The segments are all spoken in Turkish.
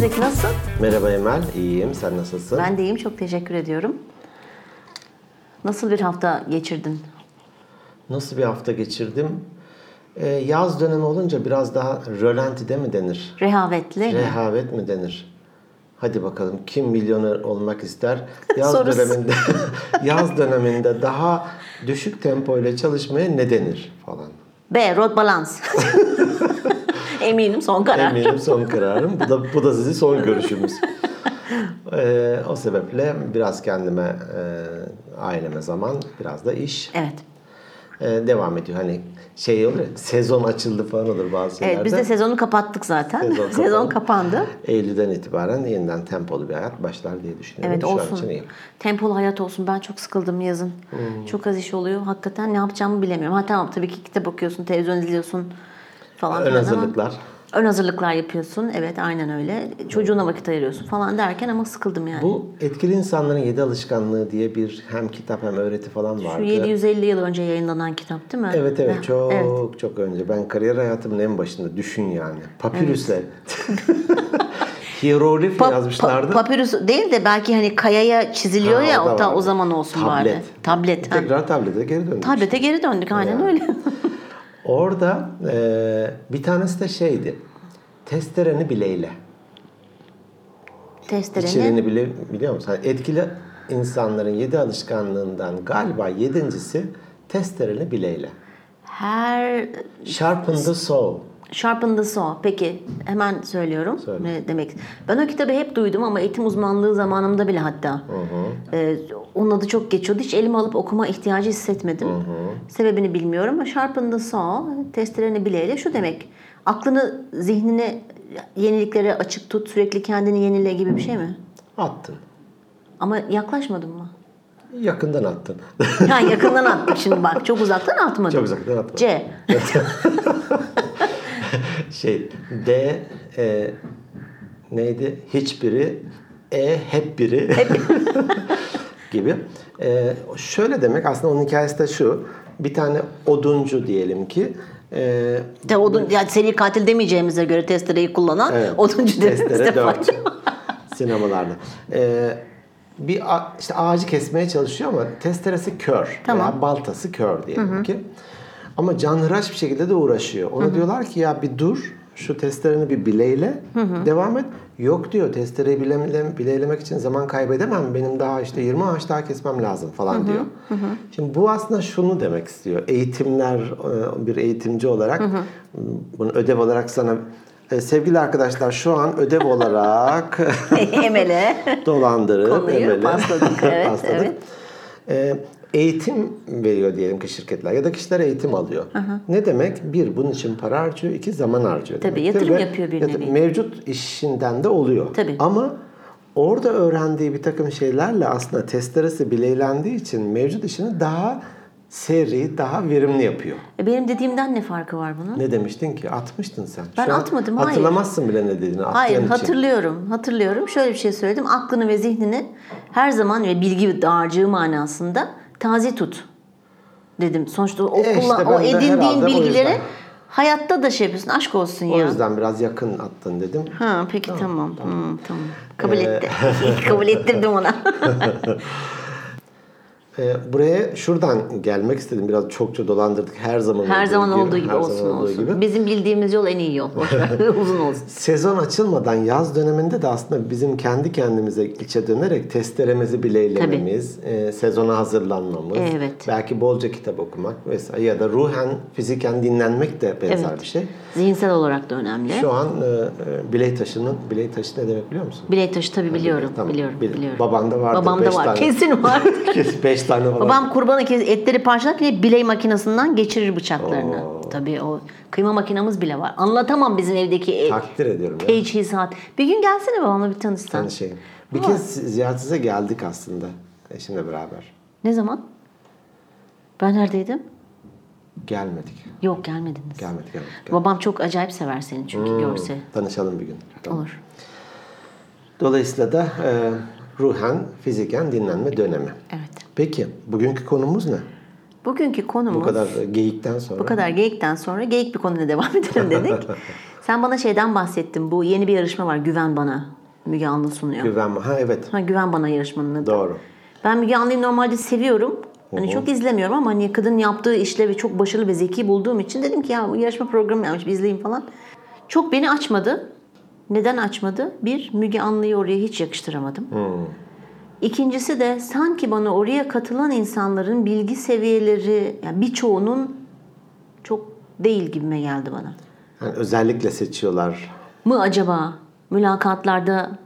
Zeki nasılsın? Merhaba Emel, iyiyim. Sen nasılsın? Ben de iyiyim. Çok teşekkür ediyorum. Nasıl bir hafta geçirdin? Nasıl bir hafta geçirdim? Ee, yaz dönemi olunca biraz daha rölantide mi denir? Rehavetli. mi? Rehavet mi denir? Hadi bakalım kim milyoner olmak ister? Yaz Sorusu. döneminde yaz döneminde daha düşük tempo ile çalışmaya ne denir falan. B. Rod balans. Eminim son karar. Eminim son kararım. Bu da bu da sizi son görüşümüz. Ee, o sebeple biraz kendime, e, aileme zaman, biraz da iş. Evet. Ee, devam ediyor. Hani şey olur ya, sezon açıldı falan olur bazı şeylerde. Evet biz de sezonu kapattık zaten. Sezon Sezon, kapandı. kapandı. Eylül'den itibaren yeniden tempolu bir hayat başlar diye düşünüyorum. Evet Şu an olsun. için iyi. Tempolu hayat olsun. Ben çok sıkıldım yazın. Hmm. Çok az iş oluyor. Hakikaten ne yapacağımı bilemiyorum. Ha tamam tabii ki kitap okuyorsun, televizyon izliyorsun falan. Ön filan ama- hazırlıklar. Ön hazırlıklar yapıyorsun. Evet aynen öyle. Çocuğuna vakit ayırıyorsun falan derken ama sıkıldım yani. Bu etkili insanların yedi alışkanlığı diye bir hem kitap hem öğreti falan Şu vardı. 750 yıl önce yayınlanan kitap değil mi? Evet Heh, evet çok evet. çok önce. Ben kariyer hayatımın en başında düşün yani. Papirüsle. Hieroglif Pa- yazmışlardı. pa- papyrus değil de belki hani kayaya çiziliyor Ha, ya o da o, da, vardı. o zaman olsun bari. Tablet. Tablet. ha. Tekrar tablete geri döndük. Tablete geri döndük aynen Yani. öyle. Orada e, bir tanesi de şeydi. Testereni bileyle. Testereni. İçeriğini bile biliyor musun? Hani etkili insanların yedi alışkanlığından galiba yedincisi testereli bileyle. Her Sharpen the soul. Sharpen the Saw. Peki hemen söylüyorum Söyle. ne demek. Ben o kitabı hep duydum ama eğitim uzmanlığı zamanımda bile hatta. Ee, onun adı çok geçiyordu. Hiç elime alıp okuma ihtiyacı hissetmedim. Sebebini bilmiyorum ama Sharpen the Saw testlerini bileyle şu demek. Aklını, zihnini yeniliklere açık tut. Sürekli kendini yenile gibi bir şey mi? Attın. Ama yaklaşmadım mı? Yakından attın. Ha yakından attım şimdi bak. Çok uzaktan atmadım. Çok uzaktan atmadın. C. şey D e, neydi? Hiçbiri E hep biri. gibi. E, şöyle demek aslında onun hikayesi de şu. Bir tane oduncu diyelim ki e, De odun, yani seri katil demeyeceğimize göre testereyi kullanan Evet. oduncu dediğimiz Testere de var. dört. Sinemalarda. Ee, bir a- işte ağacı kesmeye çalışıyor ama testeresi kör. Tamam. Veya baltası kör diyelim ki. Ama canhıraş bir şekilde de uğraşıyor. Ona diyorlar ki ya bir dur şu testereni bir bileyle devam et. Yok diyor testereyi bilemle- bileylemek için zaman kaybedemem. Benim daha işte 20 ağaç daha kesmem lazım falan diyor. Şimdi bu aslında şunu demek istiyor. Eğitimler e, bir eğitimci olarak bunu ödev olarak sana e, sevgili arkadaşlar şu an ödev olarak Emele. dolandırıp Konuyu emeli- pasladık, evet, pasladık. evet. E, eğitim veriyor diyelim ki şirketler ya da kişiler eğitim alıyor. Ne demek? Bir, bunun için para harcıyor. iki zaman harcıyor. Tabii, demektir yatırım ve yapıyor bir nevi. Mevcut işinden de oluyor. Tabii. Ama orada öğrendiği bir takım şeylerle aslında testeresi bileylendiği için mevcut işini daha seri, daha verimli yapıyor. E, Benim dediğimden ne farkı var bunun? Ne demiştin ki? Atmıştın sen. Ben Şu an atmadım, hayır. Hatırlamazsın bile ne dediğini. attığın Hayır için. hatırlıyorum. Hatırlıyorum. Şöyle bir şey söyledim. Aklını ve zihnini her zaman ve bilgi dağarcığı manasında taze tut dedim. Sonuçta o, E işte kullan- ben o de edindiğin herhalde o bilgileri yüzden. hayatta da şey yapıyorsun. Aşk olsun O ya. yüzden biraz yakın attın dedim. Ha peki tamam. Tamam. tamam. E, Kabul etti. Kabul ettirdim ona. Ee, buraya şuradan gelmek istedim. Biraz çokça dolandırdık. Her zaman her zaman olduğu gibi her zaman olsun olduğu olsun. gibi. Bizim bildiğimiz yol en iyi yol. Boş ver, Uzun olsun. Sezon açılmadan yaz döneminde de aslında bizim kendi kendimize içe dönerek testeremizi bileylememiz, e, sezona hazırlanmamız, Evet. belki bolca kitap okumak vesaire ya da ruhen, fiziken dinlenmek de benzer Evet. bir şey. Zihinsel olarak da önemli. Şu an e, e, biley taşının, biley taşı ne demek biliyor musun? Bilek taşı tabii biliyorum. Tamam, Biliyorum. bil- biliyorum. Babanda vardır Babamda beş var. tane. Kesin var. Kesin beş tane falan. Babam kurbanı kes, etleri parçalar diye biley makinesinden geçirir bıçaklarını. Tabii o kıyma makinamız bile var. Anlatamam bizim evdeki e, Takdir ediyorum. ya. teçhizat. Bir gün gelsene babamla bir tanışsan. Yani şey. Bir kez ziyaretize geldik aslında eşimle beraber. Ne zaman? Ben neredeydim? Gelmedik. Yok gelmediniz. Gelmedik gelmedik. gelmedik. Babam çok acayip sever seni çünkü görse. Tanışalım bir gün. Hmm. Tamam. Olur. Dolayısıyla da e, ruhen, fiziken dinlenme dönemi. Evet. Peki bugünkü konumuz ne? Bugünkü konumuz Bu kadar geyikten sonra. Bu kadar geyikten sonra geyik bir konuya devam edelim dedik. Sen bana şeyden bahsettin. Bu yeni bir yarışma var. Güven bana. Müge Anlı sunuyor. Güven Ha evet. Ha, güven bana yarışmanın adı. Doğru. Ben Müge Anlı'yı normalde seviyorum. Hani çok izlemiyorum ama hani kadın yaptığı işlevi çok başarılı ve zeki bulduğum için dedim ki ya bu yarışma programı yapmış bir izleyeyim falan. Çok beni açmadı. Neden açmadı? Bir, Müge Anlı'yı oraya hiç yakıştıramadım. İkincisi de sanki bana oraya katılan insanların bilgi seviyeleri yani birçoğunun çok değil gibime geldi bana. Yani özellikle seçiyorlar. Mı acaba mülakatlarda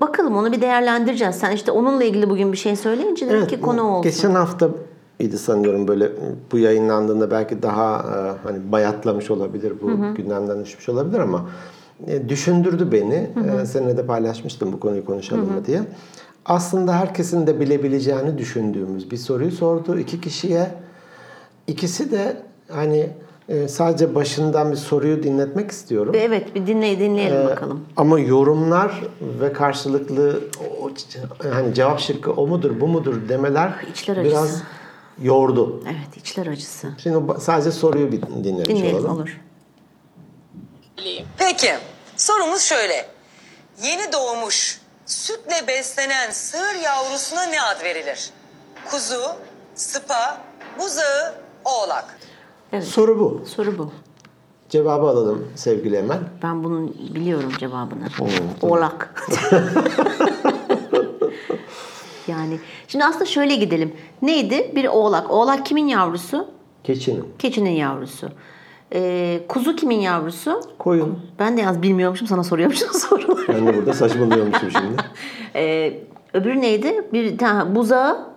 bakalım onu bir değerlendireceğiz. Sen işte onunla ilgili bugün bir şey söyleyince dedim ki konu oldu. Geçen hafta idi sanıyorum böyle bu yayınlandığında belki daha e, hani bayatlamış olabilir bu gündemden düşmüş olabilir ama e, düşündürdü beni. E, seninle de paylaşmıştım bu konuyu konuşalım mı diye. Aslında herkesin de bilebileceğini düşündüğümüz bir soruyu sordu iki kişiye. İkisi de hani e, sadece başından bir soruyu dinletmek istiyorum. Evet bir dinley dinleyelim bakalım. Ama yorumlar ve karşılıklı o- o- hani cevap şıkkı o mudur bu mudur demeler İçler biraz acısı. yordu. Evet içler acısı. Şimdi ba- sadece soruyu bir şey dinlemiş Dinleyelim olalım. olur. Peki sorumuz şöyle. Yeni doğmuş sütle beslenen sığır yavrusuna ne ad verilir? Kuzu, sıpa, buzağı, oğlak. Evet Soru bu. soru bu. Cevabı alalım sevgili Emel. Ben bunun biliyorum cevabını. Oğlak. yani şimdi aslında şöyle gidelim. Neydi? Bir oğlak. Oğlak kimin yavrusu? Keçinin. Keçinin yavrusu. Ee, kuzu kimin yavrusu? Koyun. Ben de yalnız bilmiyormuşum sana soruyormuşum soruları. Ben de burada saçmalıyormuşum şimdi. Ee, öbürü neydi? Bir tane buzağı,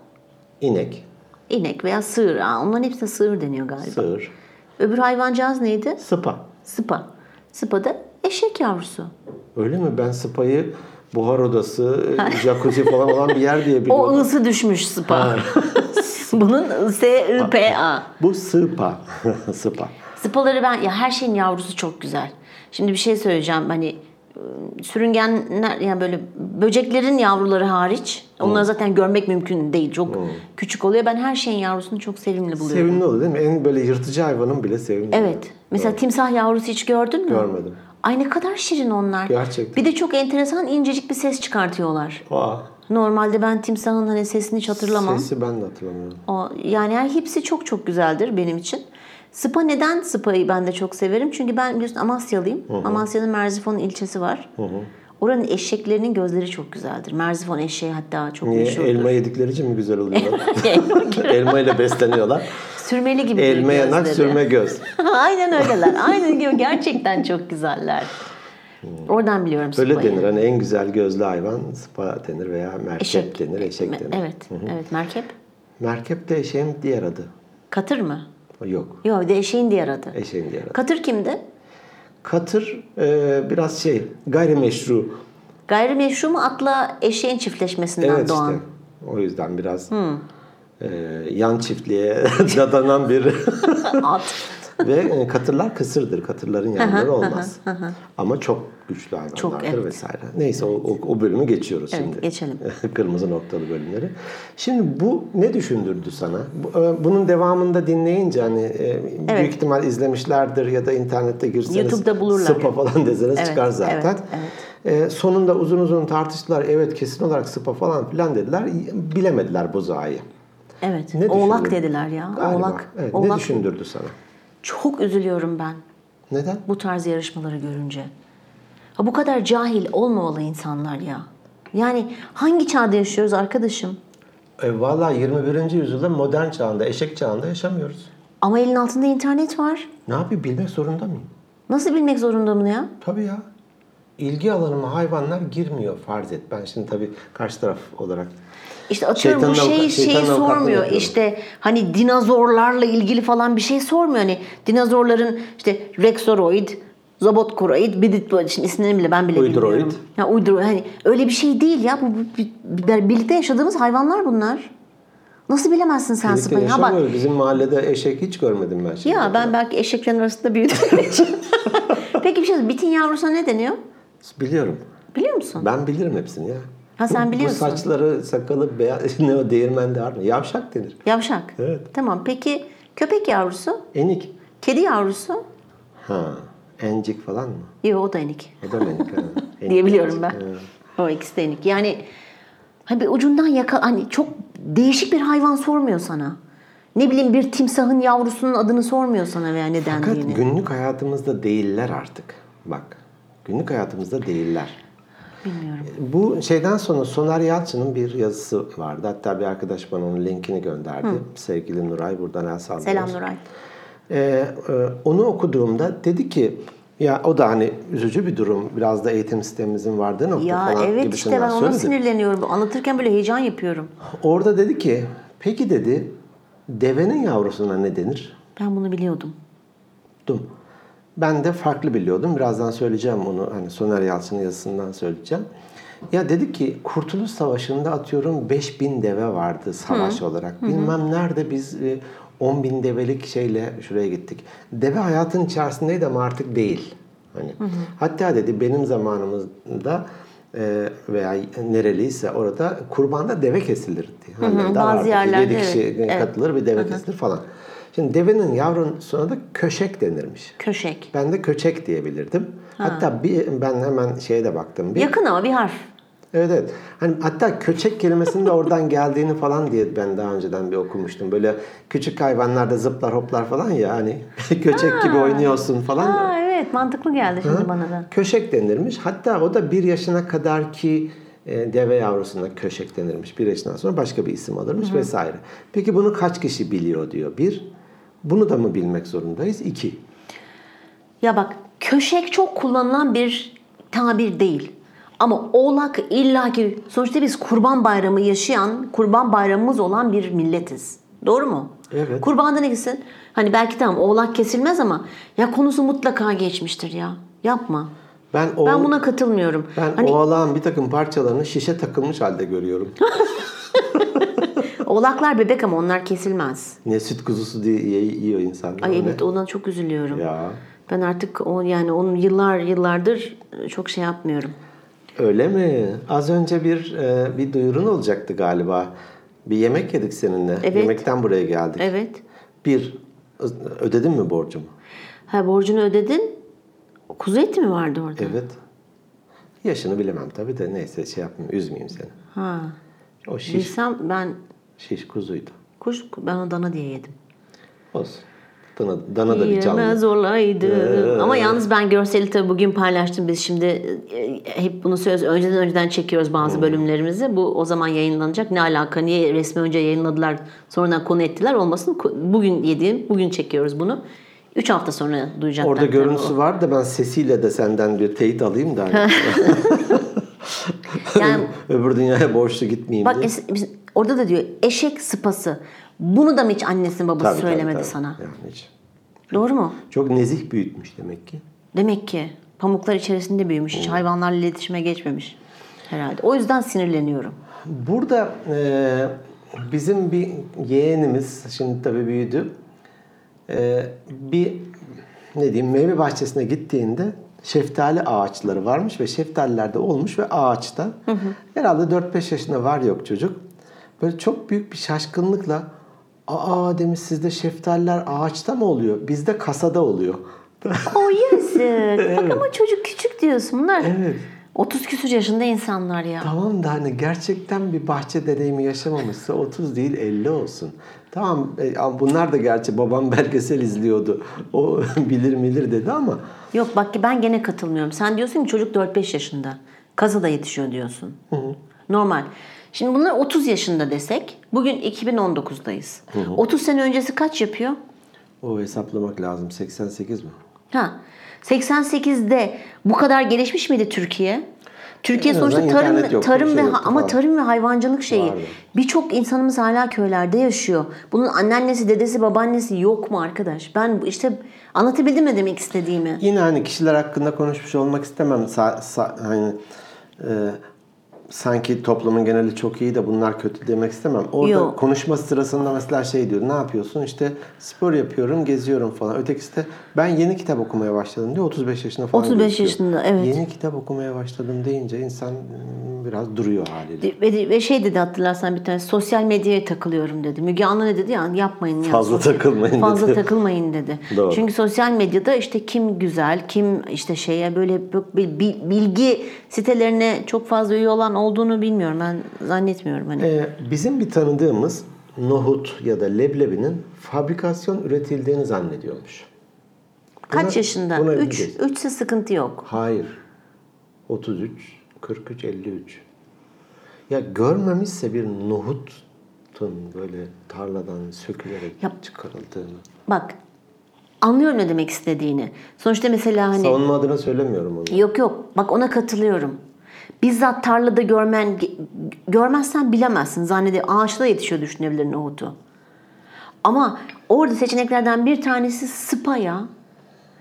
İnek, inek veya sığır. Aa, onların hepsine sığır deniyor galiba. sığır, Öbür hayvancağız neydi? sıpa. Sıpa. Sıpa da eşek yavrusu. Öyle mi? Ben sıpayı buhar odası, jacuzzi falan olan bir yer diye O biliyorum. ısı düşmüş sıpa. Bunun S I P A. Bu sıpa. sıpa. Sıpaları ben ya her şeyin yavrusu çok güzel. Şimdi bir şey söyleyeceğim hani e, sürüngenler yani böyle böceklerin yavruları hariç onları Hmm. zaten görmek mümkün değil. Çok küçük oluyor. Ben her şeyin yavrusunu çok sevimli buluyorum. Sevimli oldu değil mi? En böyle yırtıcı hayvanın bile sevimli. Evet. Mesela timsah yavrusu hiç gördün mü? Görmedim. Ay ne kadar şirin onlar. Gerçekten. Bir de çok enteresan incecik bir ses çıkartıyorlar. Aa, Normalde ben timsahın hani sesini hiç hatırlamam. Sesi ben de hatırlamıyorum. O, yani her- hepsi çok çok güzeldir benim için. Spa neden spa'yı ben de çok severim? Çünkü ben biliyorsun Amasyalıyım. Amasya'nın Merzifon ilçesi var. Oranın eşeklerinin gözleri çok güzeldir. Merzifon eşeği hatta çok Niye? meşhurdur. Elma yedikleri için mi güzel oluyorlar? Elma ile besleniyorlar. Sürmeli gibi Elma bir yanak gözleri. sürme göz. Aynen öyleler. Aynen gibi gerçekten çok güzeller. Oradan biliyorum Öyle spa'yı. denir. Hani en güzel gözlü hayvan spa denir veya merkep Eşek. denir, eşek Me- denir. Evet. Evet merkep. Merkep de eşeğin diğer adı. Katır mı? Yok. Yok bir de eşeğin diğer adı. Eşeğin diğer adı. Katır kimdi? Katır e, biraz şey gayrimeşru. Gayrimeşru mu atla eşeğin çiftleşmesinden Evet doğan? Hmm. işte. O yüzden biraz e, yan çiftliğe dadanan bir At. Ve e, katırlar kısırdır. Katırların yanları olmaz. Ama çok güçlü hayvanlardır Çok, evet. vesaire. Neyse o, o, o bölümü geçiyoruz Evet, şimdi. geçelim. Kırmızı noktalı bölümleri. Şimdi bu ne düşündürdü sana? Bu, e, Bunun devamında dinleyince hani e, büyük ihtimal izlemişlerdir ya da internette girseniz YouTube'da bulurlar. sıpa falan deseniz Evet, çıkar zaten. evet, E, sonunda uzun uzun tartıştılar. Evet kesin olarak sıpa falan filan dediler. Bilemediler buzağıyı. Evet. Ne oğlak düşündün? dediler ya. Galiba. Oğlak. Evet, Ne oğlak. düşündürdü sana? Çok üzülüyorum ben Neden? bu tarz yarışmaları görünce. Ha bu kadar cahil olmamalı insanlar ya. Yani hangi çağda yaşıyoruz arkadaşım? E, Valla 21. yüzyılda modern çağında, eşek çağında yaşamıyoruz. Ama elin altında internet var. Ne yapayım bilmek zorunda mıyım? Nasıl bilmek zorunda bunu ya? Tabii ya. İlgi alanıma hayvanlar girmiyor farz et. Ben şimdi tabii karşı taraf olarak. İşte atıyorum bu Şeytanın şeyi avukat- şeyi şeytanın avukatlığı sormuyor. yapıyorum. İşte hani dinozorlarla ilgili falan bir şey sormuyor. Hani dinozorların işte Rexoroid, Zobotkuroid, Bidit şimdi isimlerini bile ben bile Uydroid. bilmiyorum. Ya uydro hani öyle bir şey değil ya. Bu, bu- bu- bir- birlikte yaşadığımız hayvanlar bunlar. Nasıl bilemezsin sen Birlikte sıpayı? Ha bak yaşamıyoruz. Bizim mahallede eşek hiç görmedim ben şimdi. ya ben belki eşeklerin arasında büyüdüğüm için. Peki bir şey söyleyeyim. Bitin yavrusuna ne deniyor? Biliyorum. Biliyor musun? Ben bilirim hepsini ya. Ha sen Bu biliyorsun. saçları, sakalı, beyaz, ne o değirmen der mi? Yavşak denir. Yavşak. Evet. Tamam peki köpek yavrusu, Enik. kedi yavrusu, Ha. Encik falan mı? Yok o da enik. O da menik. ha. Encik, Diyebiliyorum ben. encik, ha. O ikisi de enik. Yani hani bir ucundan yaka hani çok değişik bir hayvan sormuyor sana. Ne bileyim bir timsahın yavrusunun adını sormuyor sana veya neden Fakat diye. günlük hayatımızda değiller artık. Bak. Günlük hayatımızda değiller. Bilmiyorum. Bu şeyden sonra Soner Yalçın'ın bir yazısı vardı. Hatta bir arkadaş bana onun linkini gönderdi. Sevgili Nuray buradan el sallıyoruz. Selam Nuray. Ee, e, onu okuduğumda dedi ki ya o da hani üzücü bir durum. Biraz da eğitim sistemimizin vardığı nokta Ya falan evet işte gibisinden ben ona söyledi. sinirleniyorum. Anlatırken böyle heyecan yapıyorum. Orada dedi ki peki dedi devenin yavrusuna ne denir? Ben bunu biliyordum. Dum. Ben de farklı biliyordum. Birazdan söyleyeceğim onu. Hani Soner Yalçın'ın yazısından söyleyeceğim. Ya dedi ki Kurtuluş Savaşı'nda atıyorum 5000 deve vardı savaş olarak. Bilmem nerede biz 10 bin develik şeyle şuraya gittik. Deve hayatın içerisindeydi ama artık değil. Hani hatta dedi benim zamanımızda e, veya nereliyse orada kurbanda deve kesilirdi. Hani daha Bazı vardı. yerlerde Yedi kişi evet, evet. katılır bir deve kesilir falan. Şimdi devenin yavrusuna da köşek denirmiş. Köşek. Ben de köçek diyebilirdim. Hatta bir ben hemen şeye de baktım. Bir, Yakın ama bir harf. Evet evet. Hani hatta köçek kelimesinin de oradan geldiğini falan diye ben daha önceden bir okumuştum. Böyle küçük hayvanlarda zıplar hoplar falan ya hani köçek gibi oynuyorsun falan. ya. Aa evet mantıklı geldi şimdi bana da. Köşek denirmiş. Hatta o da bir yaşına kadar ki e, deve yavrusuna köşek denirmiş. Bir yaşından sonra başka bir isim alırmış vesaire. Peki bunu kaç kişi biliyor diyor. Bir, bunu da mı bilmek zorundayız? İki. Ya bak köşek çok kullanılan bir tabir değil. Ama oğlak illaki sonuçta biz kurban bayramı yaşayan, kurban bayramımız olan bir milletiz. Doğru mu? Evet. Kurbanda ne gitsin? Hani belki tamam oğlak kesilmez ama ya konusu mutlaka geçmiştir ya. Yapma. Ben, o, Ben ben, buna katılmıyorum. hani oğlağın bir takım parçalarını şişe takılmış halde görüyorum. oğlaklar bebek ama onlar kesilmez. ne süt kuzusu diye ye- yiyor insanlar. Ay o ne? evet ona çok üzülüyorum. Ya Ben artık o yani onun yıllar yıllardır e, çok şey yapmıyorum. öyle mi? Az önce bir e, bir duyurun olacaktı galiba. Bir yemek yedik seninle. Evet. Yemekten buraya geldik. Evet. Bir, ö- ödedin mi borcumu? Ha borcunu ödedin. Kuzu eti mi vardı orada? Evet. Yaşını bilemem tabii de neyse şey yapmayayım, üzmeyeyim seni. Ha. O şiş, Bilsem ben şiş kuzuydu. kuş ben o dana diye yedim. Olsun. Dana, dana da bir canlı. Ee. Yemez olaydım. Ama yalnız ben görseli tabii bugün paylaştım. Biz şimdi e, hep bunu söz önceden önceden çekiyoruz bazı bölümlerimizi. Bu o zaman yayınlanacak. Ne alaka? Niye resmi önce yayınladılar? Sonradan konu ettiler olmasın. Ko- Bugün yediğim, bugün çekiyoruz bunu. 3 hafta sonra duyacaklar. Orada tabii görüntüsü o. var da ben sesiyle de senden bir teyit alayım da. hani. Yani- Öbür dünyaya borçlu gitmeyeyim Bak diye. es- biz- orada da diyor eşek sıpası. Bunu da mı hiç annesi babası Tabii, tabii, söylemedi tabii. sana? Yani hiç. Doğru mu? Çok nezih büyütmüş demek ki. Demek ki pamuklar içerisinde büyümüş. Hiç hayvanlarla iletişime geçmemiş herhalde. O yüzden sinirleniyorum. Burada e, bizim bir yeğenimiz şimdi tabii büyüdü. E, bir ne diyeyim meyve bahçesine gittiğinde şeftali ağaçları varmış ve şeftalilerde olmuş ve ağaçta herhalde 4-5 yaşında var yok çocuk. Böyle çok büyük bir şaşkınlıkla aa demiş sizde şeftaliler ağaçta mı oluyor? Bizde kasada oluyor. O yazık. Bak ama çocuk küçük diyorsun. Bunlar 30 küsür yaşında insanlar ya. Tamam da hani gerçekten bir bahçe deneyimi yaşamamışsa 30 değil 50 olsun. Tamam e, ama bunlar da gerçi babam belgesel izliyordu. O bilir milir dedi ama Yok bak ki ben gene katılmıyorum. Sen diyorsun ki çocuk 4-5 yaşında. Kazada yetişiyor diyorsun. Normal. Şimdi bunlar 30 yaşında desek. Bugün 2019'dayız. 30 sene öncesi kaç yapıyor? o hesaplamak lazım. 88 mi? Ha. 88'de bu kadar gelişmiş miydi Türkiye? Türkiye En sonuçta azından internet tarım yoktu, tarım bir şey ve yoktu ama falan. tarım ve hayvancılık şeyi. Vardı. Birçok insanımız hala köylerde yaşıyor. Bunun anneannesi, dedesi, babaannesi yok mu arkadaş? Ben bu- işte anlatabildim mi demek istediğimi? Yine hani kişiler hakkında konuşmuş olmak istemem. Sa- sa- hani e, sanki toplumun geneli çok iyi de bunlar kötü demek istemem. Orada Yok. konuşma sırasında mesela şey diyor. Ne yapıyorsun? İşte spor yapıyorum, geziyorum falan. Ötekisi de ben yeni kitap okumaya başladım diyor. 35 yaşında falan. 35 gözüküyor. yaşında, evet. Yeni kitap okumaya başladım deyince insan hmm, biraz duruyor haliyle. Ve, ve şey dedi hatırlarsan bir tane sosyal medyaya takılıyorum dedi. Müge Anlı ne dedi ya yapmayın ya. Fazla takılmayın Fazla dedi. takılmayın dedi. Doğru. Çünkü sosyal medyada işte kim güzel, kim işte şeye böyle bi- bi- bilgi sitelerine çok fazla üye olan olduğunu bilmiyorum. Ben zannetmiyorum hani. Ee, bizim bir tanıdığımız nohut ya da leblebinin fabrikasyon üretildiğini zannediyormuş. Kaç buna- yaşında? buna 3 bileceğiz. 3 ise sıkıntı yok. Hayır. 33, 43, 53. Ya görmemişse bir nohutun böyle tarladan sökülerek Ya- çıkarıldığını. Bak. Anlıyorum ne demek istediğini. Sonuçta mesela hani Savunma adına söylemiyorum onu. Yok yok. Bak ona katılıyorum. Bizzat tarlada görmen görmezsen bilemezsin. Zannede ağaçta yetişiyor düşünebilir nohutu. Ama orada seçeneklerden bir tanesi sıpa ya.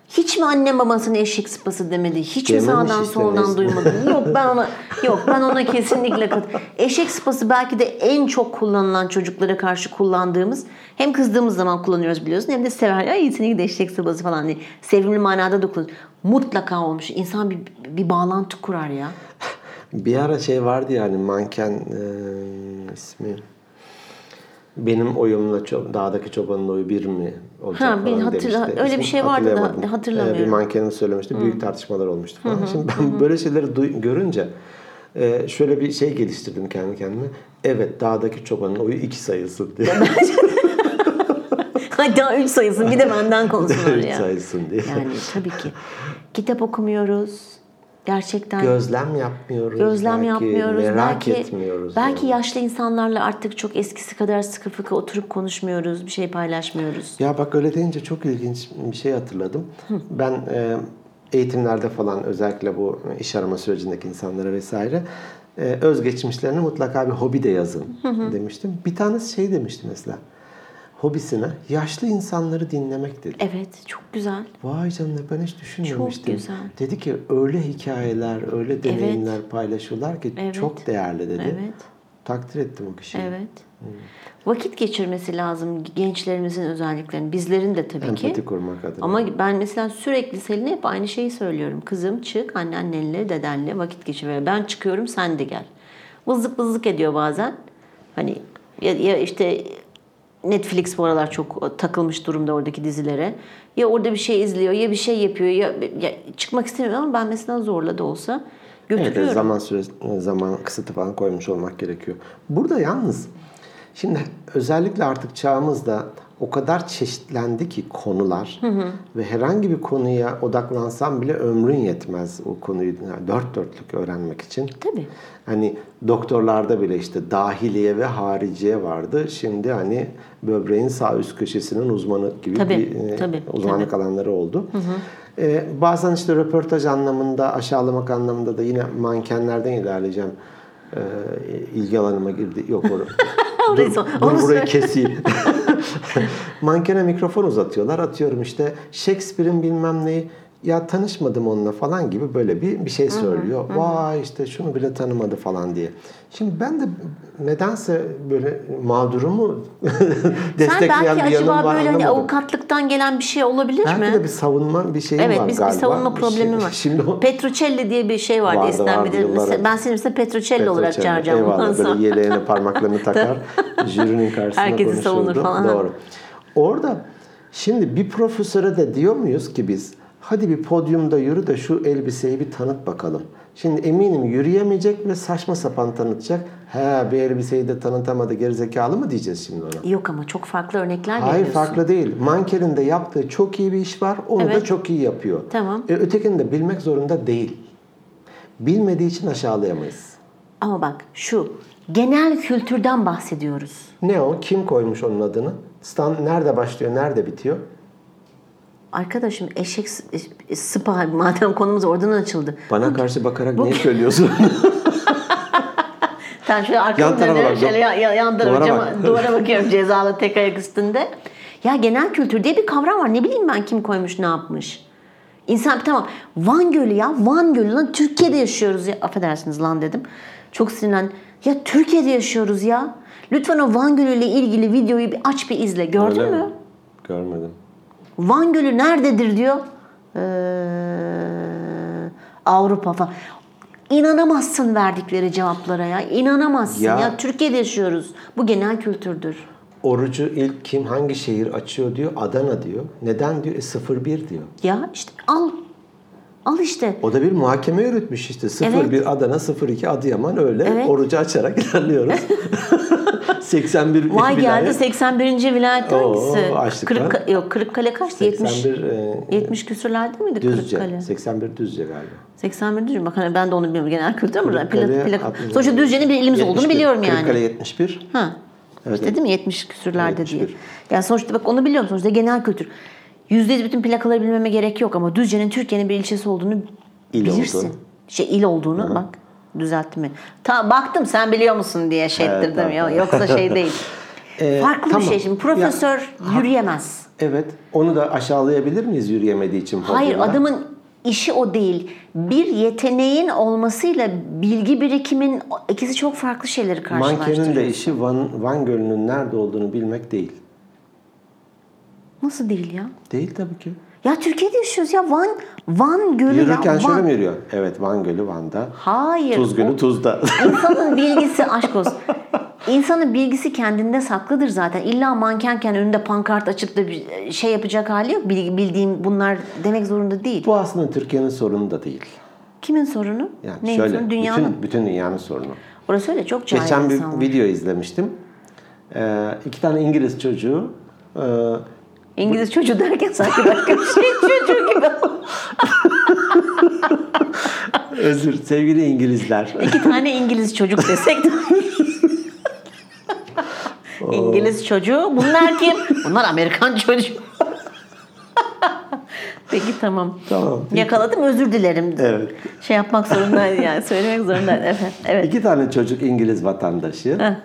Hiç mi annem babasının eşek sıpası demedi? Hiç mi Dememiş sağdan işte soldan neyse. duymadı? Yok ben ona yok ben ona kesinlikle kat. Eşek sıpası belki de en çok kullanılan çocuklara karşı kullandığımız hem kızdığımız zaman kullanıyoruz biliyorsun hem de sever ya iyi seninki de eşek sıpası falan diye. Sevimli manada da kullan. Mutlaka olmuş. İnsan bir, bir bağlantı kurar ya. Bir ara şey vardı yani manken eee, ismi. Benim oyumla ço- dağdaki çobanın oyu bir mi olacak Ha, falan bir demişti. hatırla- öyle bir İsmini şey vardı da hatırlayamadım. hatırlamıyorum. Ee, bir mankenim söylemişti. Büyük tartışmalar olmuştu falan. Şimdi ben böyle şeyleri duy- görünce e, şöyle bir şey geliştirdim kendi kendime. Evet dağdaki çobanın oyu iki sayılsın diye. Hatta üç sayısın bir de benden konuşsunlar Üç ya. sayılsın diye. Yani tabii ki. Kitap okumuyoruz. Gerçekten. Gözlem yapmıyoruz. Gözlem belki, yapmıyoruz. Merak belki, etmiyoruz. Belki yani. yaşlı insanlarla artık çok eskisi kadar sıkı fıkı oturup konuşmuyoruz. Bir şey paylaşmıyoruz. Ya bak öyle deyince çok ilginç bir şey hatırladım. Ben e, eğitimlerde falan özellikle bu iş arama sürecindeki insanlara vesaire e, özgeçmişlerine mutlaka bir hobi de yazın demiştim. Bir tanesi şey demişti mesela. Hobisine yaşlı insanları dinlemek dedi. Evet çok güzel. Vay canına ben hiç düşünmemiştim. Çok güzel. Dedi ki öyle hikayeler, öyle deneyimler paylaşıyorlar ki Evet. çok değerli dedi. Evet. Takdir ettim o kişiyi. Evet. Vakit geçirmesi lazım gençlerimizin özelliklerini. Bizlerin de tabii ki. Empati kurmak adına. Ama ben mesela sürekli Selin'e hep aynı şeyi söylüyorum. Kızım çık anneannenle dedenle vakit geçir. Ben çıkıyorum sen de gel. Vızlık vızlık ediyor bazen. Hani ya, ya işte Netflix bu aralar çok takılmış durumda oradaki dizilere. Ya orada bir şey izliyor ya bir şey yapıyor ya, ya çıkmak istemiyor ama ben mesela zorla da olsa Evet, götürüyorum. zaman süresi, zaman kısıtı falan koymuş olmak gerekiyor. Burada yalnız şimdi özellikle artık çağımızda o kadar çeşitlendi ki konular ve herhangi bir konuya odaklansan bile ömrün yetmez o konuyu yani dört dörtlük öğrenmek için. Tabii. Hani doktorlarda bile işte dahiliye ve hariciye vardı. Şimdi hani böbreğin sağ üst köşesinin uzmanı gibi Tabii, bir e, tabii, uzmanlık alanları oldu. E, bazen işte röportaj anlamında, aşağılamak anlamında da yine mankenlerden ilerleyeceğim. E, ilgi alanıma girdi. Yok or- Orayı son- Dur onu burayı söyle. keseyim. Mankene mikrofon uzatıyorlar. Atıyorum işte Shakespeare'in bilmem neyi ya tanışmadım onunla falan gibi böyle bir bir şey söylüyor. Vay işte şunu bile tanımadı falan diye. Şimdi ben de nedense böyle mağdurumu Sen destekleyen belki bir yanım var acaba böyle hani anlamadım. avukatlıktan gelen bir şey olabilir Belki mi? de bir savunma bir şeyim Evet var biz galiba. bir savunma problemi şey- var. Şimdi o Petrocelli diye bir şey vardı, Vardı, İstanbul'da. vardı yıllar ben seni mesela Petrocelli, olarak Petrocelli. çağıracağım. bundan Eyvallah sonra. böyle yeleğine parmaklarını takar. jürinin karşısında Herkesi konuşurdu. savunur falan. Doğru. Orada şimdi bir profesöre de diyor muyuz ki biz hadi bir podyumda yürü de şu elbiseyi bir tanıt bakalım. Şimdi eminim yürüyemeyecek ve saçma sapan tanıtacak. He bir elbiseyi de tanıtamadı gerizekalı mı diyeceğiz şimdi ona? Yok ama çok farklı örnekler Hayır veriyorsun. farklı değil. Mankenin de yaptığı çok iyi bir iş var. Onu da Evet. çok iyi yapıyor. Tamam. E, ötekini de bilmek zorunda değil. Bilmediği için aşağılayamayız. Ama bak şu genel kültürden bahsediyoruz. Ne o? Kim koymuş onun adını? Stan nerede başlıyor, nerede bitiyor? Arkadaşım eşek s- e, spa madem konumuz oradan açıldı. Bana karşı bakarak niye söylüyorsun? Sen şöyle arkamı Yan tarafa dönüyorum, bak, şöyle yan, yan, yan tarafa duvara cama- bak. duvara bakıyorum cezalı tek ayak üstünde. Ya genel kültür diye bir kavram var. Ne bileyim ben kim koymuş ne yapmış. İnsan tamam Van Gölü ya Van Gölü lan Türkiye'de yaşıyoruz ya affedersiniz lan dedim. Çok sinirlen. Ya Türkiye'de yaşıyoruz ya. Lütfen o Van Gölü ile ilgili videoyu bir aç bir izle. Gördün Öyle mü? mi? Görmedim. Van Gölü nerededir diyor. Ee, Avrupa falan. İnanamazsın verdikleri cevaplara ya. İnanamazsın Ya- ya. Türkiye'de yaşıyoruz. Bu genel kültürdür. Orucu ilk kim hangi şehir açıyor diyor. Adana diyor. Neden diyor? E, 01 diyor. Ya işte al. Al işte. O da bir muhakeme yürütmüş işte. 01 Adana, 02 Adıyaman öyle. Evet. Orucu açarak ilerliyoruz. 81 Vay vilayet. geldi 81. vilayet Oo, hangisi? açtık Kırık, yok Kırıkkale kaçtı? 70, 81 e, 70 küsürlerde miydi Düzce. Kırıkkale? 81 Düzce galiba. 81 Düzce. Bak hani ben de onu bilmiyorum. Genel kültür ama Kırıkkale, plak, plak. 61. Sonuçta Düzce'nin bir ilimiz olduğunu 71. biliyorum yani. Kırıkkale 71. Ha. Evet, işte evet. değil mi? 70 küsürlerde diye. 71. Yani sonuçta bak onu biliyorum. Sonuçta genel kültür. %100 bütün plakaları bilmeme gerek yok ama Düzce'nin Türkiye'nin bir ilçesi olduğunu İl bilirsin. olduğunu. Şey il olduğunu bak düzelttim. Ta baktım sen biliyor musun diye şey Evet, ettirdim tamam, ya. tamam. Yoksa şey değil. Ee, Farklı bir tamam. şey şimdi. Profesör yürüyemez. Evet. Onu da aşağılayabilir miyiz yürüyemediği için? Hayır Hodri'den? adamın işi o değil. Bir yeteneğin olmasıyla bilgi birikimin ikisi çok farklı şeyleri Mankenin de karşılaştırıyor. işi Van, Van Gölü'nün nerede olduğunu bilmek değil. Nasıl değil ya? Değil tabii ki. Ya Türkiye'de yaşıyoruz ya Van Van Gölü Yürürken ya, şöyle Van. mi yürüyor? Evet Van Gölü Van'da. Hayır. Tuz günü tuzda. İnsanın bilgisi aşk olsun. İnsanın bilgisi kendinde saklıdır zaten. İlla mankenken önünde pankart açıp da bir şey yapacak hali yok. Bil- Bildiğim bunlar demek zorunda değil. Bu aslında Türkiye'nin sorunu da değil. Kimin sorunu? Yani Neyin şöyle sorunu? Dünyanın. bütün, bütün dünyanın sorunu. Orası öyle çok cahil Geçen bir insan var. video izlemiştim. Ee, iki tane İngiliz çocuğu e, İngiliz çocuğu derken sanki başka bir şey çocuğu gibi. Özür sevgili İngilizler. İki tane İngiliz çocuk desek de. Oh. İngiliz çocuğu. Bunlar kim? Bunlar Amerikan çocuğu. Peki tamam. Tamam. Yakaladım özür dilerim. Evet. Şey yapmak zorundaydı yani söylemek zorundaydı. Evet. evet. İki tane çocuk İngiliz vatandaşı.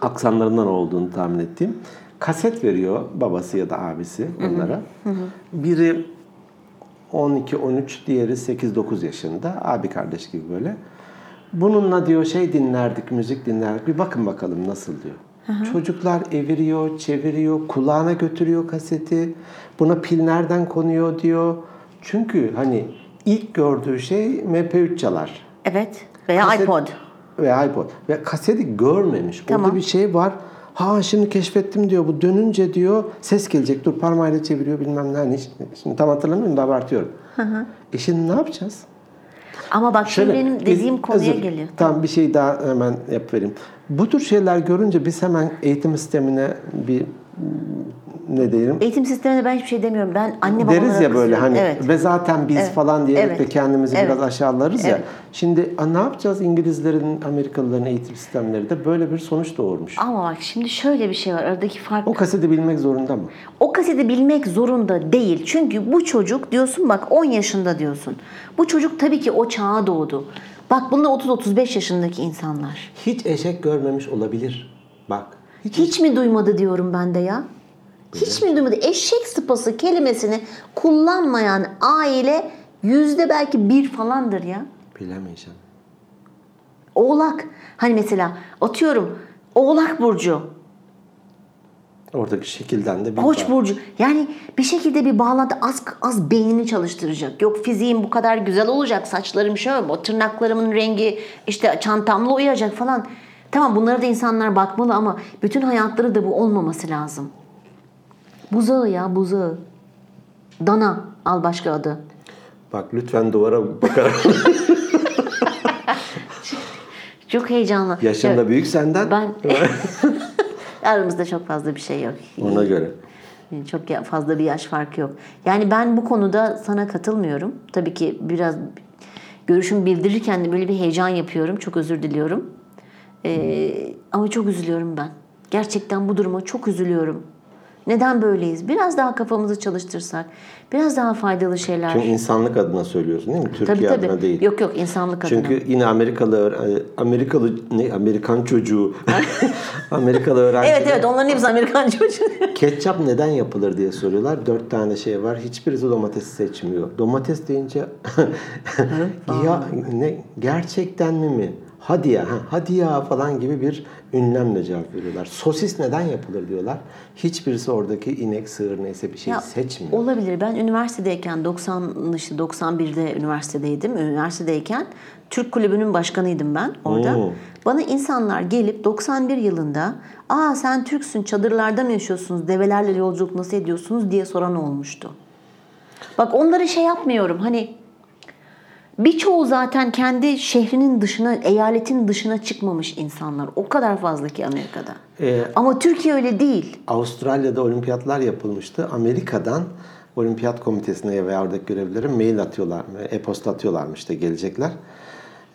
aksanlarından olduğunu tahmin ettiğim. Kaset veriyor babası ya da abisi onlara. Biri 12-13, diğeri 8-9 yaşında. Abi kardeş gibi böyle. Bununla diyor şey dinlerdik, müzik dinlerdik. Bir bakın bakalım nasıl diyor. Çocuklar eviriyor, çeviriyor, kulağına götürüyor kaseti. Buna pil nereden konuyor diyor. Çünkü hani ilk gördüğü şey MP3 çalar. Evet. Veya Kaset- iPod. Ve iPod. Ve kaseti görmemiş. Orada Tamam. bir şey var. Ha şimdi keşfettim diyor. Bu dönünce diyor ses gelecek. Dur parmağıyla çeviriyor bilmem ne. Hani şimdi, şimdi tam hatırlamıyorum da abartıyorum. E şimdi ne yapacağız? Ama bak şimdi benim biz- dediğim konuya özür- geliyor. Tamam bir şey daha hemen yap vereyim. Bu tür şeyler görünce biz hemen eğitim sistemine bir ne diyelim? Eğitim sistemine ben hiçbir şey demiyorum. Ben anne babalara Deriz ya böyle kızıyorum. hani Evet. ve zaten biz falan diyerek Evet. de kendimizi Evet. biraz aşağılarız ya. Evet. Şimdi "A, ne yapacağız? İngilizlerin, Amerikalıların eğitim sistemleri de böyle bir sonuç doğurmuş. Ama bak şimdi şöyle bir şey var. Aradaki fark O kaseti bilmek zorunda mı? O kaseti bilmek zorunda değil. Çünkü bu çocuk diyorsun bak 10 yaşında diyorsun. Bu çocuk tabii ki o çağa doğdu. Bak bunlar 30-35 yaşındaki insanlar. Hiç eşek görmemiş olabilir. Bak. Hiç, Hiç mi duymadı diyorum ben de ya. Hiç mi duymadı? Eşek sıpası kelimesini kullanmayan aile yüzde belki bir falandır ya. bilemeyeceğim. Oğlak. Hani mesela atıyorum Oğlak Burcu. Oradaki şekilden de bir Koç bak. burcu. Yani bir şekilde bir bağlantı az az beynini çalıştıracak. Yok fiziğim bu kadar güzel olacak, saçlarım şöyle, bu tırnaklarımın rengi işte çantamla uyacak falan. Tamam bunlara da insanlar bakmalı ama bütün hayatları da bu olmaması lazım. Buzağı ya buzağı. Dana al başka adı. Bak lütfen duvara bakarak. Çok heyecanlı. Yaşım da Evet, büyük senden. Ben aramızda çok fazla bir şey yok. Ona göre. Yani Ee, Çok ya- fazla bir yaş farkı yok. Yani ben bu konuda sana katılmıyorum. Tabii ki biraz görüşümü bildirirken de böyle bir heyecan yapıyorum. Çok özür diliyorum. Ee, ama çok üzülüyorum ben. Gerçekten bu duruma çok üzülüyorum. Neden böyleyiz? Biraz daha kafamızı çalıştırsak, biraz daha faydalı şeyler. Çünkü insanlık adına söylüyorsun değil mi? Türkiye adına değil. Yok yok insanlık adına. Çünkü yine Amerikalı öğren- Amerikalı ne Amerikan çocuğu Amerikalı öğrenci. Evet evet onların hepsi Amerikan çocuğu. Ketçap neden yapılır diye soruyorlar. Dört tane şey var. Hiçbirisi domatesi seçmiyor. Domates deyince ya ne gerçekten mi mi? Hadi ya, ha, hadi ya falan gibi bir ünlemle cevap veriyorlar. Sosis neden yapılır diyorlar. Hiçbirisi oradaki inek, sığır neyse bir şey Ya, seçmiyor. Olabilir. Ben üniversitedeyken 90 işte 91'de üniversitedeydim. Üniversitedeyken Türk kulübünün başkanıydım ben orada. Oo. Bana insanlar gelip 91 yılında "Aa sen Türksün, çadırlarda mı yaşıyorsunuz? Develerle yolculuk nasıl ediyorsunuz?" diye soran olmuştu. Bak onları şey yapmıyorum. Hani birçoğu zaten kendi şehrinin dışına, eyaletin dışına çıkmamış insanlar. O kadar fazla ki Amerika'da. Ee, Ama Türkiye öyle değil. Avustralya'da olimpiyatlar yapılmıştı. Amerika'dan olimpiyat komitesine veya oradaki görevlilere mail atıyorlar, e-posta atıyorlarmış işte gelecekler.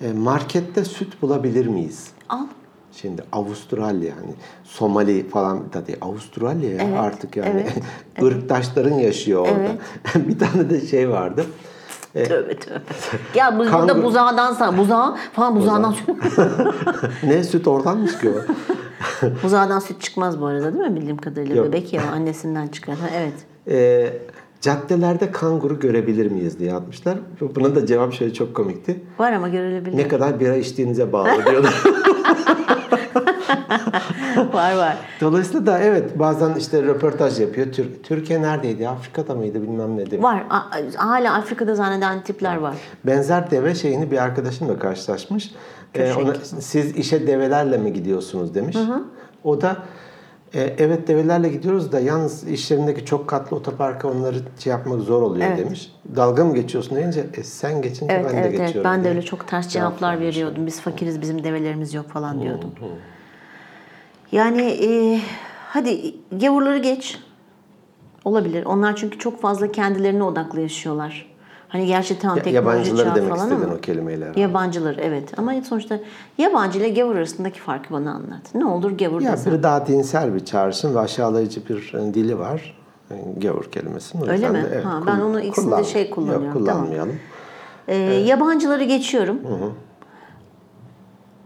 E, markette süt bulabilir miyiz? Al. Şimdi Avustralya hani Somali falan da değil. Avustralya ya artık yani evet, ırktaşların yaşıyor orada. bir tane de şey vardı. Tövbe tövbe. Ya bu Kangur- da buzağdan sağ. Buzağa falan buzağdan ne süt oradanmış ki o? buzağdan süt çıkmaz bu arada değil mi bildiğim kadarıyla? Yok. Bebek ya annesinden çıkar. Ha, evet. E, caddelerde kanguru görebilir miyiz diye atmışlar. Buna da cevap şöyle çok komikti. Var ama görülebilir. Ne kadar bira içtiğinize bağlı diyorlar. var var. Dolayısıyla da evet bazen işte röportaj yapıyor. Tür- Türkiye neredeydi? Afrika'da mıydı bilmem ne diye. Var. A- hala Afrika'da zanneden tipler var. Benzer deve şeyini bir arkadaşımla karşılaşmış. Ee, Köşek. ona, siz işe develerle mi gidiyorsunuz demiş. O da "E, evet develerle gidiyoruz da yalnız işlerindeki çok katlı otoparka onları şey yapmak zor oluyor demiş. Dalga mı geçiyorsun deyince "E, sen geçince Evet ben de evet geçiyorum. evet. Ben de diye öyle çok ters cevap cevaplar vermiş. veriyordum. Biz fakiriz bizim develerimiz yok falan diyordum. Yani e, hadi gavurları geç. Olabilir. Onlar çünkü çok fazla kendilerine odaklı yaşıyorlar. Hani gerçi tam Ya- teknoloji Yabancıları çağı demek falan istedin ama. o kelimeyle. herhalde. Yabancılar evet ama sonuçta yabancı ile gavur arasındaki farkı bana anlat. Ne olur gavur Ya desen. biri daha dinsel bir çağrışım ve aşağılayıcı bir e, dili var. E, Gavur kelimesinin. O Öyle yüzden mi? de, evet, Ha, kul- ben onu ikisini de şey Yok, kullanıyorum. kullanmayalım. Ee, Yabancıları geçiyorum.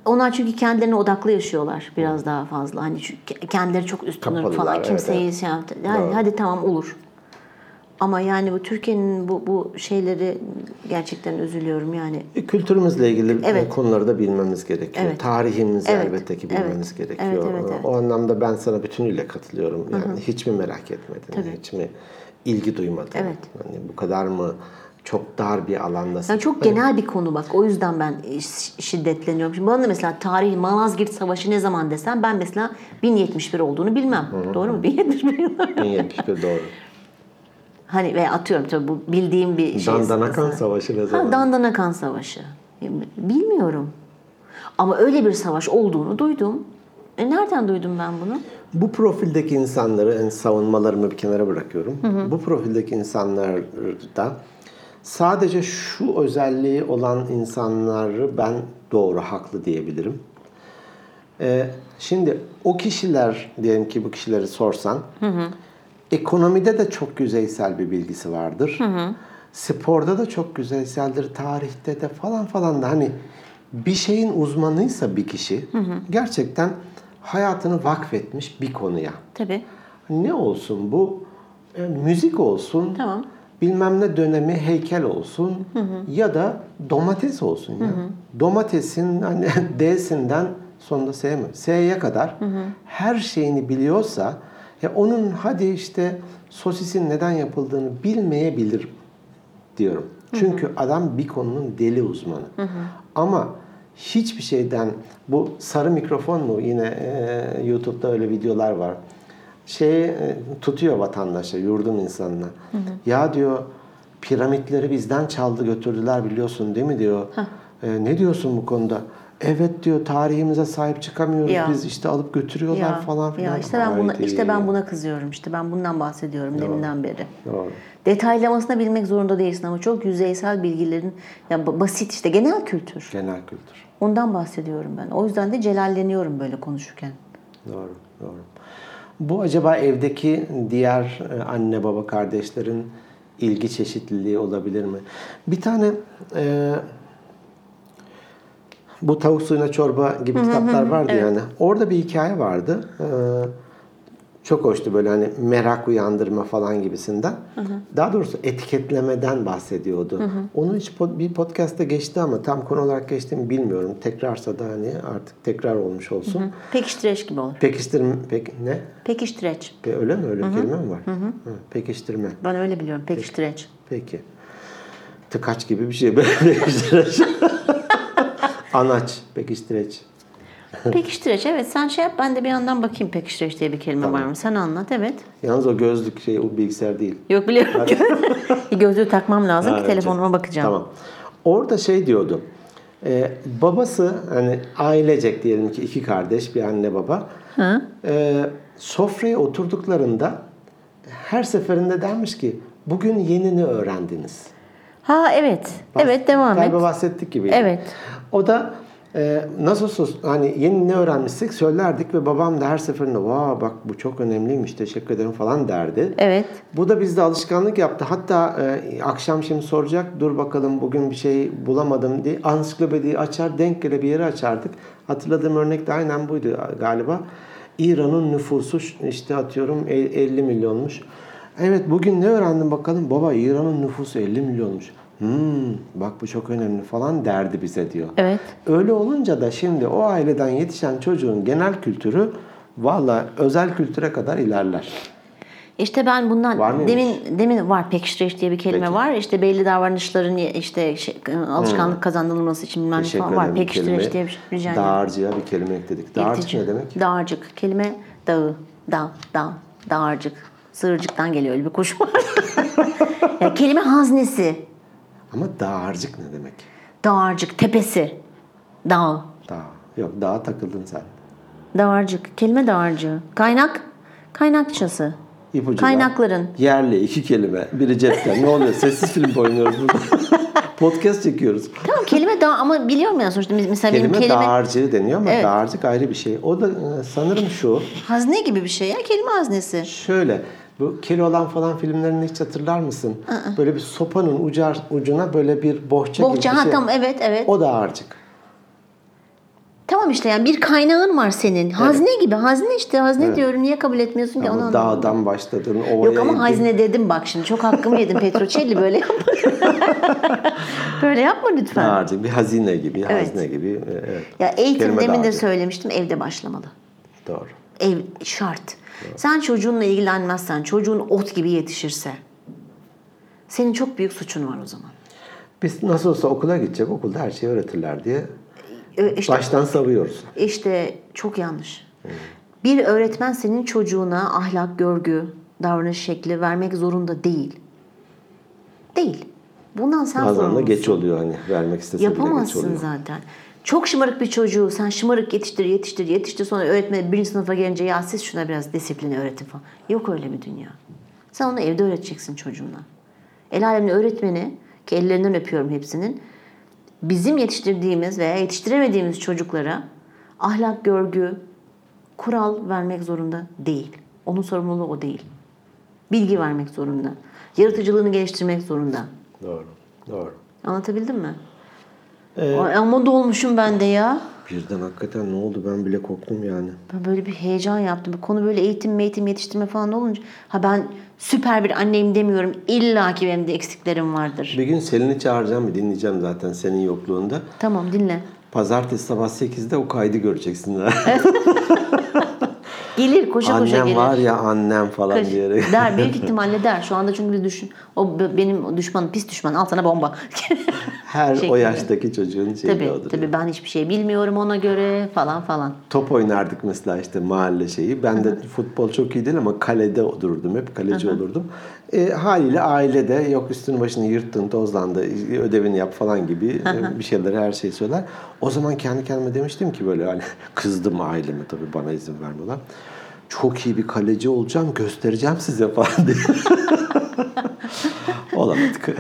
Onlar çünkü kendilerine odaklı yaşıyorlar biraz daha fazla. Hani çünkü kendileri çok üstün ırk Kapalılar, falan. evet, Kimseyi evet. şey yaptı. Yani Doğru. hadi tamam olur. Ama yani bu Türkiye'nin bu bu şeyleri gerçekten üzülüyorum yani. E, Kültürümüzle ilgili e, Evet. konuları da bilmemiz gerekiyor. Evet. Tarihimizi Evet, elbette ki bilmemiz evet, gerekiyor. evet, evet, O- O anlamda ben sana bütünüyle katılıyorum. Yani hiç mi merak etmedin? Hiç mi ilgi duymadın? Evet. Yani bu kadar mı çok dar bir alandasın? Yani çok genel bir konu bak. O yüzden ben e, ş- şiddetleniyorum. Şimdi bana da mesela tarih Malazgirt Savaşı ne zaman desem ben mesela 1071 olduğunu bilmem. Doğru mu? 1071 yılı. Ben yapıştı doğru. Hani ve atıyorum tabii bu bildiğim bir şey. Dandanakan Savaşı ne Ha, zaman? Dandanakan Savaşı. E, Bilmiyorum. Ama öyle bir savaş olduğunu duydum. E nereden duydum ben bunu? Bu profildeki insanları, yani savunmalarımı bir kenara bırakıyorum. Bu profildeki insanlarda sadece şu özelliği olan insanları ben doğru haklı diyebilirim. Ee, şimdi o kişiler diyelim ki bu kişileri sorsan ekonomide de çok yüzeysel bir bilgisi vardır. Sporda da çok yüzeyseldir. Tarihte de falan falan da hani bir şeyin uzmanıysa bir kişi gerçekten hayatını vakfetmiş bir konuya. Tabii. Ne olsun bu? E, müzik olsun. Tamam. Bilmem ne dönemi heykel olsun ya da domates olsun ya. Domatesin hani D'sinden sonunda S'ye mi? S'ye kadar her şeyini biliyorsa ya onun hadi işte sosisin neden yapıldığını bilmeyebilir diyorum. Çünkü adam bir konunun deli uzmanı. Ama hiçbir şeyden bu sarı mikrofon mu yine e, YouTube'da öyle videolar var. Şeyi e, tutuyor vatandaşa, yurdun insanına. Ya diyor piramitleri bizden çaldı götürdüler biliyorsun değil mi diyor. "E, ne diyorsun bu konuda? Evet diyor tarihimize sahip çıkamıyoruz Ya. biz işte alıp götürüyorlar falan filan. ya işte ben buna Haydi. işte ben buna kızıyorum. İşte ben bundan bahsediyorum deminden beri. Doğru. Detaylamasına bilmek zorunda değilsin ama çok yüzeysel bilgilerin yani ba- basit işte genel kültür. Genel kültür. Ondan bahsediyorum ben. O yüzden de celalleniyorum böyle konuşurken. Doğru, doğru. Bu acaba evdeki diğer e, anne baba kardeşlerin ilgi çeşitliliği olabilir mi? Bir tane e, bu hani tavuk suyuna çorba gibi kitaplar vardı yani. Orada bir hikaye vardı. E, Çok hoştu böyle hani merak uyandırma falan gibisinden. Daha doğrusu etiketlemeden bahsediyordu. Onu hiç pod- bir podcast'ta geçti ama tam konu olarak geçti mi bilmiyorum. Tekrarsa da hani artık tekrar olmuş olsun. Pekiştireç gibi olur. Pekiştirme, pek ne? Pekiştireç. Pe- öyle mi? Öyle bir kelime mi var? Hı, Pekiştirme. Ben öyle biliyorum. Pekiştireç. Peki. Tıkaç gibi bir şey. Pekiştireç. Anaç. Pekiştireç. Pekiştireç evet sen şey yap ben de bir yandan bakayım pekiştireç diye bir kelime var mı? Sen anlat evet. Yalnız o gözlük şey o bilgisayar değil. Yok biliyorum. Bir Gözlüğü takmam lazım Ha, ki evet. telefonuma bakacağım. Tamam. Orada şey diyordu. Ee, babası hani ailecek diyelim ki iki kardeş bir anne baba. Ee, sofraya oturduklarında her seferinde dermiş ki bugün yenini öğrendiniz. Ha evet. Evet devam et. Galiba bahsettik gibi. Evet. O da e, nasıl sus- hani yeni ne öğrenmişsek söylerdik ve babam da her seferinde vaa bak bu çok önemliymiş teşekkür ederim falan derdi. Evet. Bu da bizde alışkanlık yaptı. Hatta e, akşam şimdi soracak dur bakalım bugün bir şey bulamadım diye ansiklopediyi açar denk gele bir yere açardık. Hatırladığım örnek de aynen buydu galiba. İran'ın nüfusu ş- işte atıyorum e- 50 milyonmuş. Evet bugün ne öğrendim bakalım baba İran'ın nüfusu 50 milyonmuş. Hmm, bak bu çok önemli falan derdi bize diyor. Evet. Öyle olunca da şimdi o aileden yetişen çocuğun genel kültürü valla özel kültüre kadar ilerler. İşte ben bundan Var mıymış? demin demin var pekiştireç diye bir kelime Peki. var. İşte belli davranışların işte şey, alışkanlık kazandırılması için bilmem ne Hmm. Teşekkür falan var. ederim. Bir Pekiştireç kelime- diye bir şey rica ederim. Dağarcığa bir kelime ekledik. Dağarcık Yırtıcı. ne demek? Dağarcık. Kelime dağı. Dağ, dağ, dağarcık. Sığırcıktan geliyor öyle bir kuş var. ya kelime haznesi. Ama dağarcık ne demek? Dağarcık, tepesi. Dağ. Dağ. Yok dağa takıldın sen. Dağarcık. Kelime dağarcığı. Kaynak. Kaynakçası. İpucu da- Kaynakların. Yerli iki kelime. Biri cepten. ne oluyor? Sessiz film mi oynuyoruz burada. Podcast çekiyoruz. Tamam kelime dağ ama biliyor musun sonuçta biz- mesela Kelime, benim Ee, kelime dağarcığı deniyor ama dağarcık ayrı bir şey. O da e, sanırım şu. hazne gibi bir şey ya kelime haznesi. Şöyle bu Keloğlan falan filmlerini hiç hatırlar mısın? Böyle bir sopanın ucar, ucuna böyle bir bohça, gibi bir Bohça ha şey. tamam evet evet. O dağarcık. Tamam işte yani bir kaynağın var senin. Hazne gibi hazne işte hazne diyorum niye kabul etmiyorsun ki onu Ama anlamadım. dağdan başladın. Ovaya Yok ama indin. hazne dedim bak şimdi çok hakkımı yedim Petrocelli böyle yapma. böyle yapma lütfen. Dağarcık bir hazine gibi, Evet. hazine gibi. e, Evet. Ya eğitim Kelime demin de dağarcığı. söylemiştim evde başlamalı. Doğru. Ev şart. Sen çocuğunla ilgilenmezsen, çocuğun ot gibi yetişirse senin çok büyük suçun var o zaman. Biz nasıl olsa okula gidecek, okulda her şeyi öğretirler diye Ee, İşte baştan savuyoruz. İşte çok yanlış. Bir öğretmen senin çocuğuna ahlak, görgü, davranış şekli vermek zorunda değil. Değil. Bundan sen Bazen de sorumlusun. geç oluyor hani vermek istese bile geç Yapamazsın oluyor. zaten. Çok şımarık bir çocuğu sen şımarık yetiştir, yetiştir, yetiştir. Sonra öğretmen birinci sınıfa gelince ya siz şuna biraz disiplini öğretin falan. Yok öyle bir dünya. Sen onu evde öğreteceksin çocuğuna. El alemin öğretmeni ki ellerinden öpüyorum hepsinin. Bizim yetiştirdiğimiz veya yetiştiremediğimiz çocuklara ahlak, görgü, kural vermek zorunda değil. Onun sorumluluğu o değil. Bilgi vermek zorunda. Yaratıcılığını geliştirmek zorunda. Doğru, doğru. Anlatabildim mi? Ee, Ay, ama dolmuşum ben de ya. Birden hakikaten ne oldu ben bile korktum yani. Ben böyle bir heyecan yaptım. Bu konu böyle eğitim, eğitim, yetiştirme falan olunca. Ha ben süper bir anneyim demiyorum. İlla ki benim de eksiklerim vardır. Bir gün Selin'i çağıracağım bir dinleyeceğim zaten senin yokluğunda. Tamam dinle. Pazartesi sabah 8'de o kaydı göreceksin. Gelir koşa koşa annem gelir. var ya annem falan Kaç- diyerek. Der büyük ihtimalle der. Şu anda çünkü bir düşün. O b- benim düşmanım pis düşman al sana bomba. Her o Şeklinde. yaştaki çocuğun şeyi tabii odur tabii ben hiçbir şey bilmiyorum ona göre falan falan. top oynardık mesela işte mahalle şeyi. Ben de futbol çok iyi değil ama kalede dururdum hep. Kaleci olurdum. E, haliyle ailede yok üstünü başını yırttın, tozlandı, ödevini yap falan gibi e, bir şeyleri her şeyi söyler. O zaman kendi kendime demiştim ki böyle hani kızdım aileme tabii bana izin vermiyorlar. Çok iyi bir kaleci olacağım, göstereceğim size falan diye. Olamadık.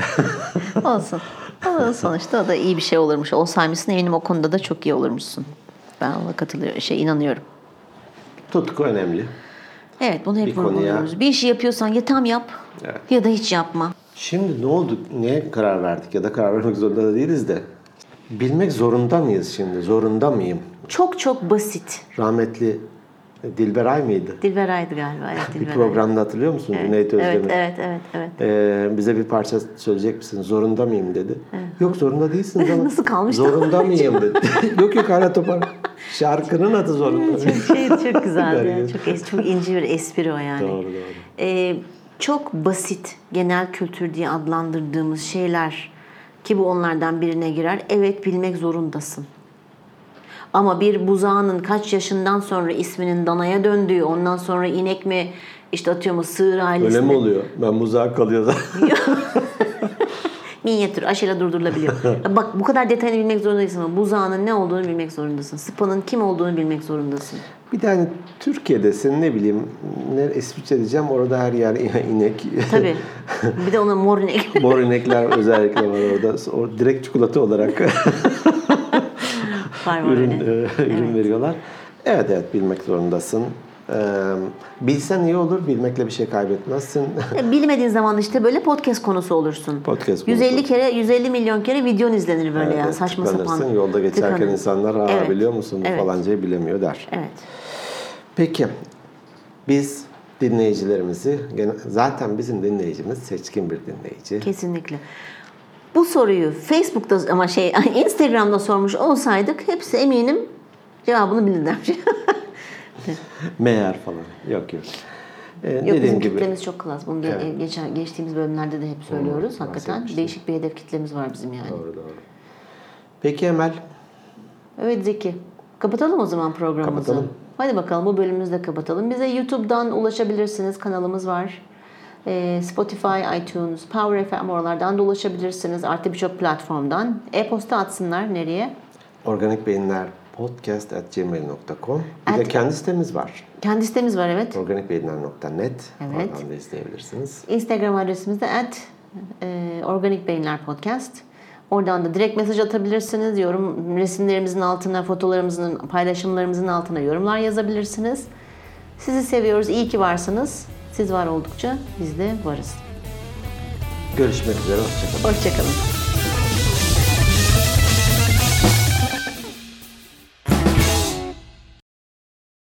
Olsun. Olsun sonuçta o da iyi bir şey olurmuş. Olsaymışsın eminim o konuda da çok iyi olurmuşsun. Ben ona katılıyorum, şey inanıyorum. Tutku önemli. Evet bunu hep Bir konuya- vurguluyoruz. Bir işi yapıyorsan ya tam yap Evet. ya da hiç yapma. Şimdi ne oldu? Neye karar verdik ya da karar vermek zorunda da değiliz de. Bilmek zorunda mıyız şimdi? Zorunda mıyım? Çok çok basit. Rahmetli Dilberay mıydı? Dilberay'dı galiba. Evet, Bir Dilberay. programda hatırlıyor musun Cüneyt Özdemir? Evet, evet, evet, evet. Ee, bize bir parça söyleyecek misin? Zorunda mıyım dedi. Yok zorunda değilsiniz ama. Nasıl kalmıştı Zorunda mıyım dedi. yok yok hala topar. Şarkının adı zorunda. Çok şey çok güzeldi. ya. Garip. çok es- çok ince bir espri o yani. Doğru, doğru. Ee, çok basit genel kültür diye adlandırdığımız şeyler ki bu onlardan birine girer. Evet bilmek zorundasın. Ama bir buzağının kaç yaşından sonra isminin danaya döndüğü, ondan sonra inek mi işte atıyorum sığır ailesi Öyle mi mi? oluyor? Ben muzak kalıyor zaten. minyatür aşıyla durdurulabiliyor. Ya Bak bu kadar detayını bilmek zorundasın ama buzağının ne olduğunu bilmek zorundasın. Sıpanın kim olduğunu bilmek zorundasın. bir tane Türkiye'desin ne bileyim. Ne, İsviçre diyeceğim orada her yer inek. Tabii. bir de ona mor inek. Mor inekler özellikle var orada. O direkt çikolata olarak Var var ürün, öyle. e, ürün veriyorlar. Evet evet bilmek zorundasın. Ee, bilsen iyi olur. Bilmekle bir şey kaybetmezsin. Ya Bilmediğin zaman işte böyle podcast konusu olursun. Podcast konusu. 150 kere 150 milyon kere videon izlenir böyle ya Evet, saçma tıkanırsın. sapan. Yolda geçerken Tıkanır. insanlar ha Evet. biliyor musun bu Evet. falancayı bilemiyor der. Evet. Peki biz dinleyicilerimizi gene- zaten bizim dinleyicimiz seçkin bir dinleyici. Kesinlikle. Bu soruyu Facebook'ta ama şey Instagram'da sormuş olsaydık hepsi eminim cevabını bilirler. Meğer falan. Yok yok. Ee, Yok dediğim bizim gibi kitlemiz çok klas. Bunu ge- Evet. geçen geçtiğimiz bölümlerde de hep söylüyoruz. Hakikaten değişik bir hedef kitlemiz var bizim yani. doğru doğru. Peki Emel Evet Zeki. Kapatalım o zaman programımızı. Kapatalım. Hadi bakalım bu bölümümüzü de kapatalım. Bize YouTube'dan ulaşabilirsiniz. Kanalımız var. Ee, Spotify, iTunes, Power FM oralardan da ulaşabilirsiniz. Artı birçok platformdan. E-posta atsınlar nereye? Organik Beyinler podcast at gmail.com Bir de At- kendi sitemiz var. Kendi sitemiz var evet. Organikbeyinler.net Evet. Oradan da izleyebilirsiniz. Instagram adresimiz de at e, Organik Beyinler Podcast. Oradan da direkt mesaj atabilirsiniz. Yorum resimlerimizin altına, fotolarımızın, paylaşımlarımızın altına yorumlar yazabilirsiniz. Sizi seviyoruz. İyi ki varsınız. Siz var oldukça biz de varız. Görüşmek üzere. Hoşçakalın. Hoşçakalın.